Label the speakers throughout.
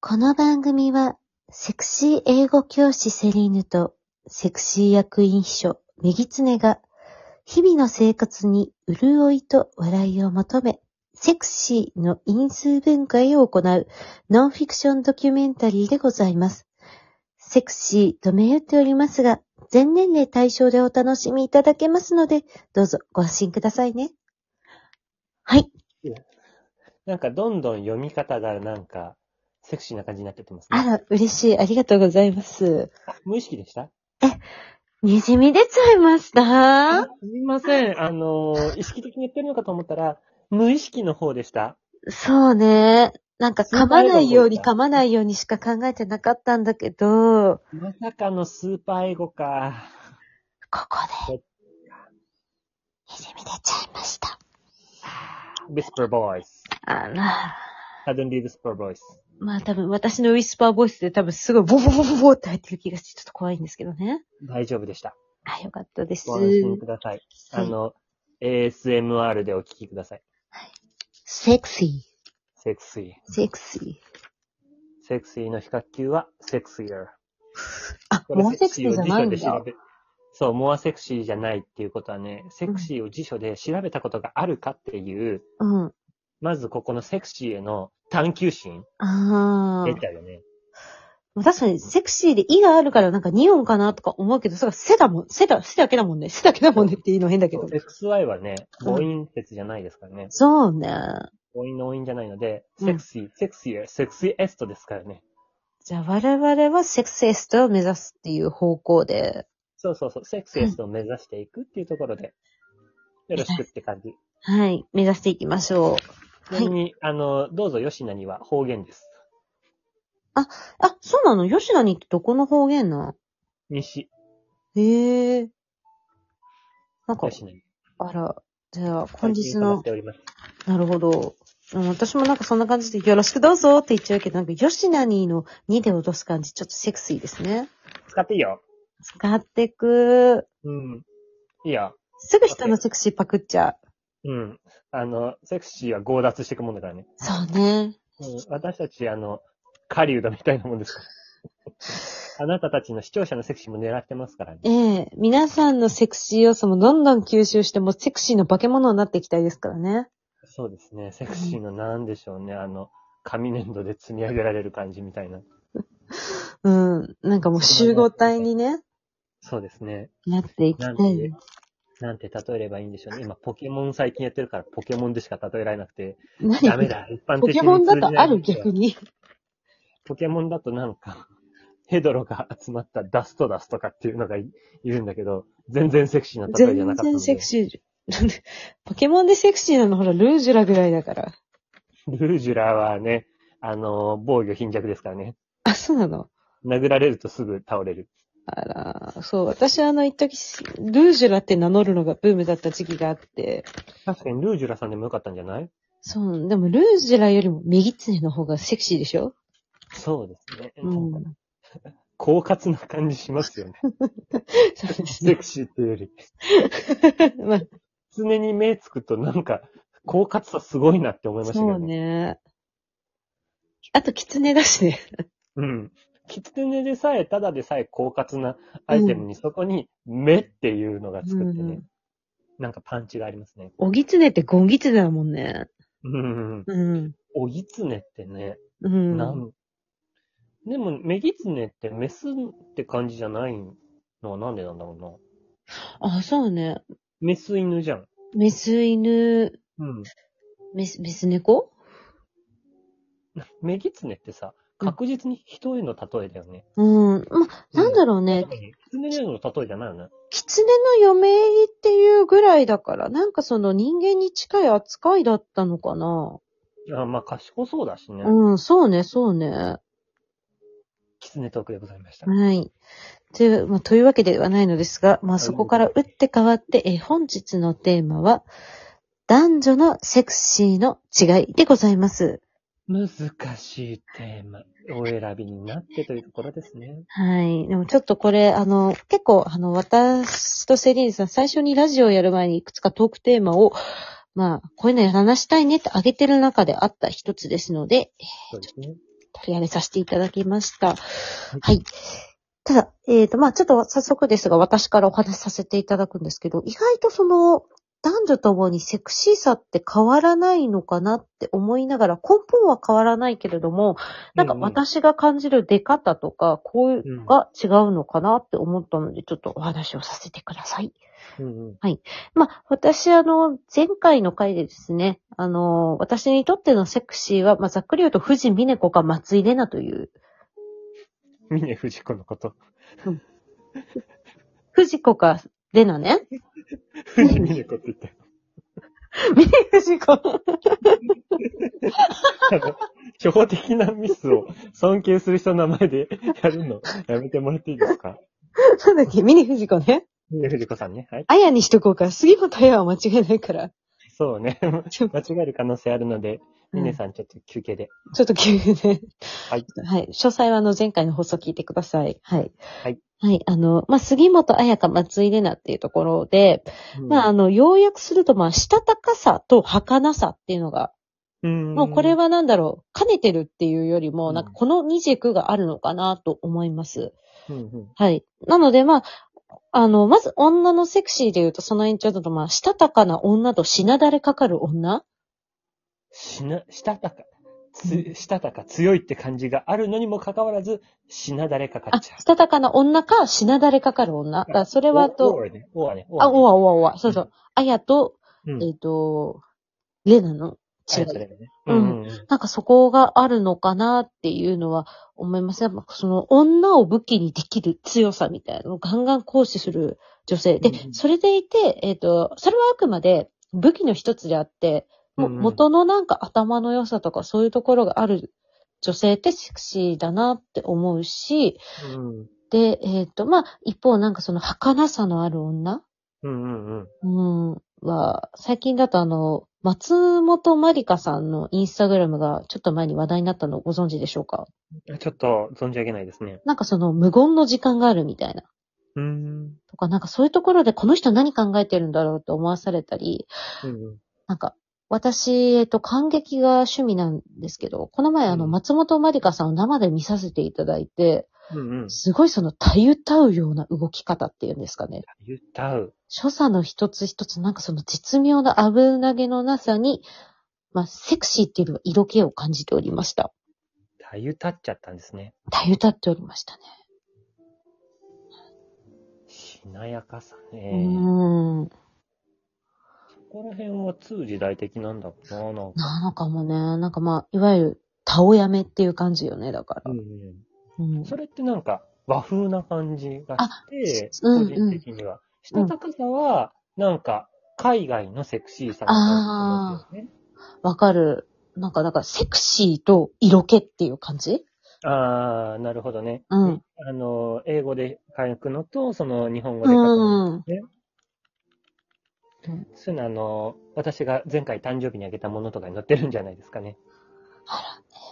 Speaker 1: この番組は、セクシー英語教師セリーヌと、セクシー役員秘書、メギツネが、日々の生活に潤いと笑いを求め、セクシーの因数分解を行う、ノンフィクションドキュメンタリーでございます。セクシーと銘打っておりますが、全年齢対象でお楽しみいただけますので、どうぞご安心くださいね。はい。
Speaker 2: なんかどんどん読み方がなんか、セクシーな感じになってってます
Speaker 1: あ
Speaker 2: ね。
Speaker 1: ら、嬉しい。ありがとうございます。
Speaker 2: 無意識でした
Speaker 1: にじみ出ちゃいました
Speaker 2: すみません。あのー、意識的に言ってるのかと思ったら、無意識の方でした。
Speaker 1: そうね。なんか噛まないように
Speaker 2: スーパー英語
Speaker 1: 噛まないようにしか考えてなかったんだけど、
Speaker 2: まさかのスーパーエゴか。
Speaker 1: ここで、にじみ出ちゃいました。
Speaker 2: Whisper Voice.
Speaker 1: あら。
Speaker 2: Suddenly Whisper Voice.
Speaker 1: まあ多分私のウィスパーボイスで多分すごいボボボボボって入ってる気がしてちょっと怖いんですけどね。
Speaker 2: 大丈夫でした。
Speaker 1: あ、よかったです。
Speaker 2: ご安心ください。あ
Speaker 1: はい
Speaker 2: の、ASMR でお聞きください。
Speaker 1: セクシ
Speaker 2: セクシ
Speaker 1: ー。セクシー。
Speaker 2: ー。セクシーの比較級は、セクシー。
Speaker 1: あ、
Speaker 2: これ
Speaker 1: もうセクシーじゃないん
Speaker 2: セクシーを
Speaker 1: だ
Speaker 2: 辞書。で調べそう、モアセクシーじゃないっていうことはね、セクシーを辞書で調べたことがあるかっていう、
Speaker 1: うん。
Speaker 2: まずここのセクシーへの探求心
Speaker 1: あ
Speaker 2: 出
Speaker 1: ー
Speaker 2: たよね。
Speaker 1: 確かにセクシーで意があるからなんか2音かなとか思うけど、それは背だもん、背だ、背だけだもんね。背だけだもんねって言うの変だけ
Speaker 2: そ
Speaker 1: ど
Speaker 2: う。XY はね、
Speaker 1: うん
Speaker 2: 母音説じゃないですからね。
Speaker 1: そうね。
Speaker 2: 母音の母音じゃないので、
Speaker 1: うん
Speaker 2: セクシー、セクシー、セクシーエストですからね。
Speaker 1: じゃあ我々はセクシーストを目指すっていう方向で。
Speaker 2: そうそうそう、セクシーエストを目指していくっていうところで、よろしくって感じ。
Speaker 1: はい。目指していきましょう。
Speaker 2: ちなみに、あの、どうぞ吉名には方言です。
Speaker 1: あ、そうなの吉田にってどこの方言なの
Speaker 2: 西、
Speaker 1: へえ。なんか、
Speaker 2: 吉名に。
Speaker 1: あら、じゃあ、本日
Speaker 2: 最近伺っ
Speaker 1: の、
Speaker 2: ております。
Speaker 1: なるほど。うん、私もなんかそんな感じで、よろしくどうぞって言っちゃうけど、なんか、よしなにの2で落とす感じ、ちょっとセクシーですね。
Speaker 2: 使っていいよ。
Speaker 1: 使ってく。
Speaker 2: うん。いいよ。
Speaker 1: すぐ人のセクシーパクっちゃ
Speaker 2: うん。あの、セクシーは強奪していくもんだからね。
Speaker 1: う。そうね。
Speaker 2: うん、私たち、あの、狩人みたいなもんです から。あなたたちの視聴者のセクシーも狙ってますからね。
Speaker 1: ええ皆さんのセクシー要素もどんどん吸収して、もうセクシーの化け物になっていきたいですからね。
Speaker 2: そうですね。セクシーのなんでしょうね。あの、紙粘土で積み上げられる感じみたいな。
Speaker 1: うん。なんかもう集合体にね、
Speaker 2: そうですね。
Speaker 1: なっていきた
Speaker 2: なん
Speaker 1: い
Speaker 2: て
Speaker 1: ね。、
Speaker 2: なんて例えればいいんでしょうね。今、ポケモン最近やってるから、ポケモンでしか例えられなくて、
Speaker 1: 何
Speaker 2: ダメだ。一般
Speaker 1: ポ
Speaker 2: 的に
Speaker 1: ケモンだとある
Speaker 2: 通じない
Speaker 1: 逆に。
Speaker 2: ポケモンだとなんか、 ヘドロが集まったダストダスとかっていうのがいいるんだけど、全然セクシーな例えじゃ
Speaker 1: 全
Speaker 2: なかったの
Speaker 1: 然
Speaker 2: で。
Speaker 1: セクシーじゃ。なんでポケモンでセクシーなのほら、ルージュラぐらいだから。
Speaker 2: ルージュラはね、あのー、防御貧弱ですからね。
Speaker 1: あ、そうなの
Speaker 2: 殴られるとすぐ倒れる。
Speaker 1: あら、そう、私あの、一時、ルージュラって名乗るのがブームだった時期があって、
Speaker 2: 確かにルージュラさんでもよかったんじゃない
Speaker 1: そう、でもルージュラよりも右ツネの方がセクシーでしょ
Speaker 2: そうですね。
Speaker 1: う
Speaker 2: なん
Speaker 1: ん
Speaker 2: か、。狡猾な感じしますよ ね。
Speaker 1: そうです
Speaker 2: セ
Speaker 1: ね。
Speaker 2: クシーっていうより。
Speaker 1: まあ、
Speaker 2: 常に目つくとなんか、狡猾さすごいなって思いましたけ
Speaker 1: そ
Speaker 2: ど
Speaker 1: う。ね。あと、キツネだしね。
Speaker 2: うん。キツネでさえ、ただでさえ狡猾なアイテムに、そこに目っていうのがつくって
Speaker 1: うんう
Speaker 2: ね
Speaker 1: ん、
Speaker 2: なんかパンチがありますね。
Speaker 1: おぎつねってゴンギツネだもんね。
Speaker 2: うん。
Speaker 1: うん。
Speaker 2: おぎつねってね、
Speaker 1: うん。
Speaker 2: なん、でも、メギツネってメスって感じじゃないのはなんでなんだろうな。
Speaker 1: あ、そうね。
Speaker 2: メス犬じゃん。
Speaker 1: メス犬、
Speaker 2: うん。
Speaker 1: メス、メス猫
Speaker 2: メギツネってさ、
Speaker 1: うん
Speaker 2: 確実に人への例えだよね。
Speaker 1: うん。まあ、なんだろうね。
Speaker 2: キツネへの例えじゃないよね。
Speaker 1: 狐の嫁入りっていうぐらいだから、なんかその人間に近い扱いだったのかな。
Speaker 2: あまあ、賢そうだしね。
Speaker 1: うん、そうね、そうね。は
Speaker 2: キツネトークでございました。
Speaker 1: い。という、まあ、というわけではないのですが、まあ、そこから打って変わって、えー、本日のテーマは、男女のセクシーの違いでございます。
Speaker 2: 難しいテーマ、お選びになってというところですね。
Speaker 1: はい。でもちょっとこれ、あの、結構、あの、私とセリーヌさん、最初にラジオをやる前にいくつかトークテーマを、まあ、こういうのやらなしたいねってあげてる中であった一つですので、
Speaker 2: そうですね。
Speaker 1: 取り上げさせていただきました。はい。ただ、えっ、と、まあちょっと早速ですが、私からお話しさせていただくんですけど、意外とその、男女ともにセクシーさって変わらないのかなって思いながら、根本は変わらないけれども、なんか
Speaker 2: うんうん
Speaker 1: 私が感じる出方とか、こういう
Speaker 2: うん
Speaker 1: が違うのかなって思ったので、ちょっとお話をさせてください。
Speaker 2: うんうん。
Speaker 1: まあ、私、あの、前回の回でですね、あの、私にとってのセクシーは、まあ、ざっくり言うと、藤美音子か松井玲奈という、
Speaker 2: 峰藤子の こと。
Speaker 1: 藤子か玲奈 ね。
Speaker 2: 藤峰子って言ったよ
Speaker 1: 峰藤子。
Speaker 2: あの。初歩的なミスを尊敬する人の名前で やるのやめてもらっていいですか
Speaker 1: そうだっけ峰藤子ね。
Speaker 2: 峰藤子さんね。はい。
Speaker 1: あやにしとこうか。杉本あやは間違いないから。
Speaker 2: そうね。
Speaker 1: ちょ
Speaker 2: 間違える可能性あるので、
Speaker 1: う
Speaker 2: 峰
Speaker 1: ん
Speaker 2: さんちょっと休憩で。
Speaker 1: ちょっと急で。
Speaker 2: はい。
Speaker 1: はい。詳細はあの前回の放送聞いてください。はい。
Speaker 2: はい。
Speaker 1: はい。あの、まあ、杉本彩か松井玲奈っていうところで、まあ、あの、要約すると、まあ、したたかさと儚さっていうのが、
Speaker 2: うん、
Speaker 1: もうこれ
Speaker 2: は、
Speaker 1: はなんだろう、兼ねてるっていうよりも、
Speaker 2: うん
Speaker 1: なんかこの二軸があるのかなと思います。
Speaker 2: うんうん
Speaker 1: はい。なので、まあ、あの、まず女のセクシーで言うと、その延長だと、まあ、したたかな女としなだれかかる女
Speaker 2: しな、したたか、つ、したたか強いって感じがあるのにもかかわらず、しなだれかか
Speaker 1: あ、
Speaker 2: っちゃう
Speaker 1: し。たたかな女か、しなだれかかる女。だからそれは
Speaker 2: おお
Speaker 1: と、
Speaker 2: はね、おはね。
Speaker 1: あ、おわ
Speaker 2: は
Speaker 1: おわおわ、そうそう。あやと、
Speaker 2: ね。うん
Speaker 1: えっ、と、レナの違
Speaker 2: あそ
Speaker 1: い。
Speaker 2: れがねうん。うん。
Speaker 1: なんかそこがあるのかなっていうのは思います。やっぱその女を武器にできる強さみたいなのをガンガン行使する女性。で
Speaker 2: うんう、ん
Speaker 1: それでいて、えっ、と、それはあくまで武器の一つであって、もう
Speaker 2: うんうん
Speaker 1: 元のなんか頭の良さとかそういうところがある女性ってセクシーだなって思うし、
Speaker 2: うん。
Speaker 1: で、えっ、と、まあ、一方なんかその儚さのある女
Speaker 2: うんうんうん。
Speaker 1: うん。は、最近だとあの、松本まりかさんのインスタグラムがちょっと前に話題になったのをご存知でしょうか
Speaker 2: あちょっと存じ上げないですね。
Speaker 1: なんかその無言の時間があるみたいな。
Speaker 2: うん。
Speaker 1: とか、なんかそういうところでこの人何考えてるんだろうって思わされたり、
Speaker 2: うん
Speaker 1: なんか、私、えっと、感激が趣味なんですけど、この前あの、
Speaker 2: うん
Speaker 1: 松本まりかさんを生で見させていただいて、
Speaker 2: うん。うん。
Speaker 1: すごいその、たゆたうような動き方っていうんですかね。
Speaker 2: 歌う。
Speaker 1: 所作の一つ一つ、なんかその絶妙な危なげのなさに、まあ、セクシーっていうのは色気を感じておりました。
Speaker 2: たゆたっちゃったんですね。
Speaker 1: たゆたっておりましたね。
Speaker 2: しなやかさ
Speaker 1: う
Speaker 2: ね。
Speaker 1: ーん。
Speaker 2: そこら辺は通時代的なんだろうな、なんか。
Speaker 1: なのかもね。なんかまあ、いわゆる、たおやめっていう感じよね、だから。
Speaker 2: ん。
Speaker 1: うん。
Speaker 2: それってなんか和風な感じがして、
Speaker 1: あうん
Speaker 2: 個人的には。したたかさは、なんか海外のセクシーさが感じてますよね。
Speaker 1: わかる。なんか、だから、セクシーと色気っていう感じ
Speaker 2: あー、なるほどね。
Speaker 1: うん。
Speaker 2: あの、英語で書くのと、その日本語
Speaker 1: う
Speaker 2: で書くの。
Speaker 1: ん。
Speaker 2: そういうのあの、私が前回誕生日にあげたものとかに載ってるんじゃないですかね。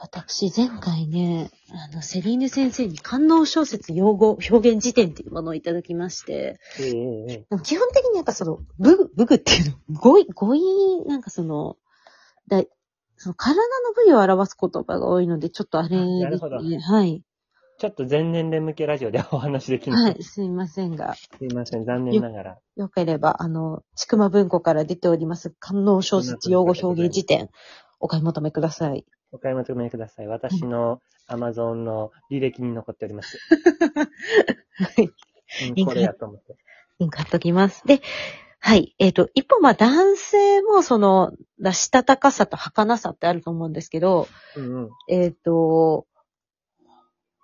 Speaker 1: 私、前回ね、あの、セリーヌ先生に観音小説用語表現辞典っていうものをいただきまして、
Speaker 2: ええええ
Speaker 1: でも基本的になんかその、ブグ、ブグっていうの、語彙、語彙、なんかその、だいその体の部位を表す言葉が多いので、ちょっとあれ
Speaker 2: あな
Speaker 1: で
Speaker 2: る
Speaker 1: す
Speaker 2: ほど
Speaker 1: ね。はい。
Speaker 2: ちょっと全年齢向けラジオでお話できな。
Speaker 1: はいい、すいませんが。
Speaker 2: すいません、残念ながら。
Speaker 1: よければ、あの、ちくま文庫から出ております、観音小説用語表現辞典、お買い求めください。
Speaker 2: お買い求めください。私の Amazon の履歴に残っております。
Speaker 1: はい。
Speaker 2: うんこれやと思って。
Speaker 1: リンク貼っときます。で、はい。えっ、と、一方、まあ、男性も、その、出したたかさと儚さってあると思うんですけど、
Speaker 2: うんうん。
Speaker 1: えっ、と、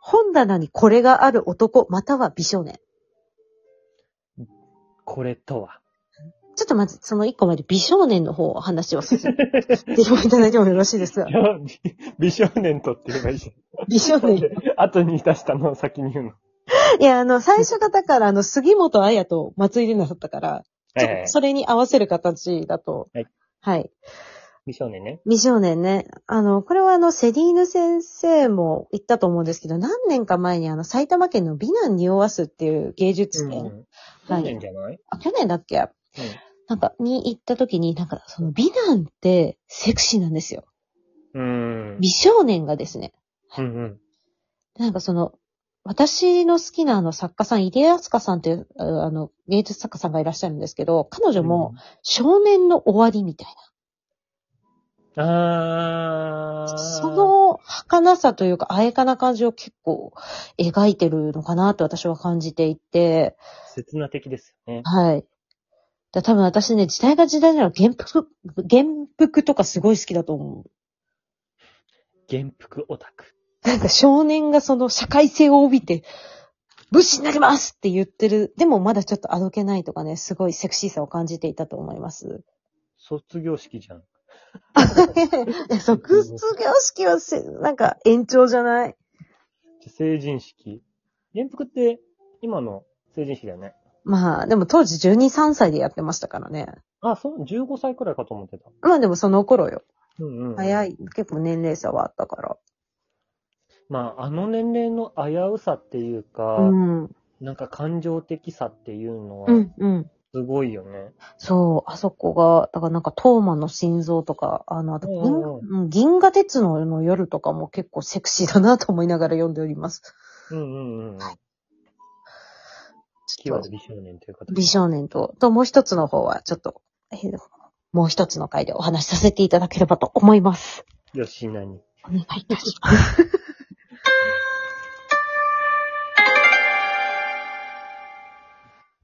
Speaker 1: 本棚にこれがある男、または美少年。
Speaker 2: これとは。
Speaker 1: ちょっとまず、その一個前で美少年の方を話を進めていただいてもよろしい ですか
Speaker 2: 美少年とって言えばいいじ
Speaker 1: 美少
Speaker 2: ゃん。
Speaker 1: 年。
Speaker 2: 後に出したのを先に言うの。
Speaker 1: いや、あの、最初がだから、あの、杉本彩と松井玲奈だったから、ちょっとそれに合わせる形だと。
Speaker 2: はい。
Speaker 1: はい。
Speaker 2: 美少年ね。
Speaker 1: 美少年ね。あの、これはあの、セリーヌ先生も言ったと思うんですけど、何年か前にあの、埼玉県の美男におわすっていう芸術展、
Speaker 2: ん。去年じゃない、
Speaker 1: あ、去年だっけ
Speaker 2: うん
Speaker 1: なんか、に行った時に、なんか、その美男ってセクシーなんですよ。
Speaker 2: うん。
Speaker 1: 美少年がですね、
Speaker 2: うんうん。
Speaker 1: なんかその、私の好きなあの作家さん、入江敦香さんっていう、ああの、芸術作家さんがいらっしゃるんですけど、彼女も少年の終わりみたい
Speaker 2: うん、あ
Speaker 1: な、
Speaker 2: ー。
Speaker 1: そ、の儚さというか、あえかな感じを結構描いてるのかなと私は感じていて、
Speaker 2: 刹那的ですよね。
Speaker 1: はい。だ多分私ね、時代が時代なら原服、原服とかすごい好きだと思う。
Speaker 2: 原服オタク。
Speaker 1: なんか少年がその社会性を帯びて、武士になりますって言ってる。でもまだちょっとあどけないとかね、すごいセクシーさを感じていたと思います。
Speaker 2: 卒業式じゃん。
Speaker 1: え、卒業式はせ、なんか延長じゃない
Speaker 2: 成人式。原服って、今の成人式だよね。
Speaker 1: まあ、でも当時12、3歳でやってましたからね。
Speaker 2: あ、そう、15歳くらいかと思ってた。
Speaker 1: まあでもその頃よ。
Speaker 2: うんうん。
Speaker 1: 早。い。結構年齢差はあったか
Speaker 2: まあ、あの年齢の危うさっていうか、
Speaker 1: ら。うん。
Speaker 2: なんか感情的さっていうのは
Speaker 1: う、ん、うん。
Speaker 2: すごいよね。
Speaker 1: そう、あそこが、だからなんかトーマの心臓とか、あの、あと銀
Speaker 2: うん
Speaker 1: うん銀河鉄のの夜とかも結構セクシーだなと思いながら読んでおります。
Speaker 2: うんうんうん。
Speaker 1: ちょ
Speaker 2: 極
Speaker 1: っと
Speaker 2: めて美少年という形。
Speaker 1: 美少年と、ともう一つの方は、ちょっと、えーもう一つの回でお話しさせていただければと思います。
Speaker 2: よし、
Speaker 1: お
Speaker 2: 何
Speaker 1: 願いいたします。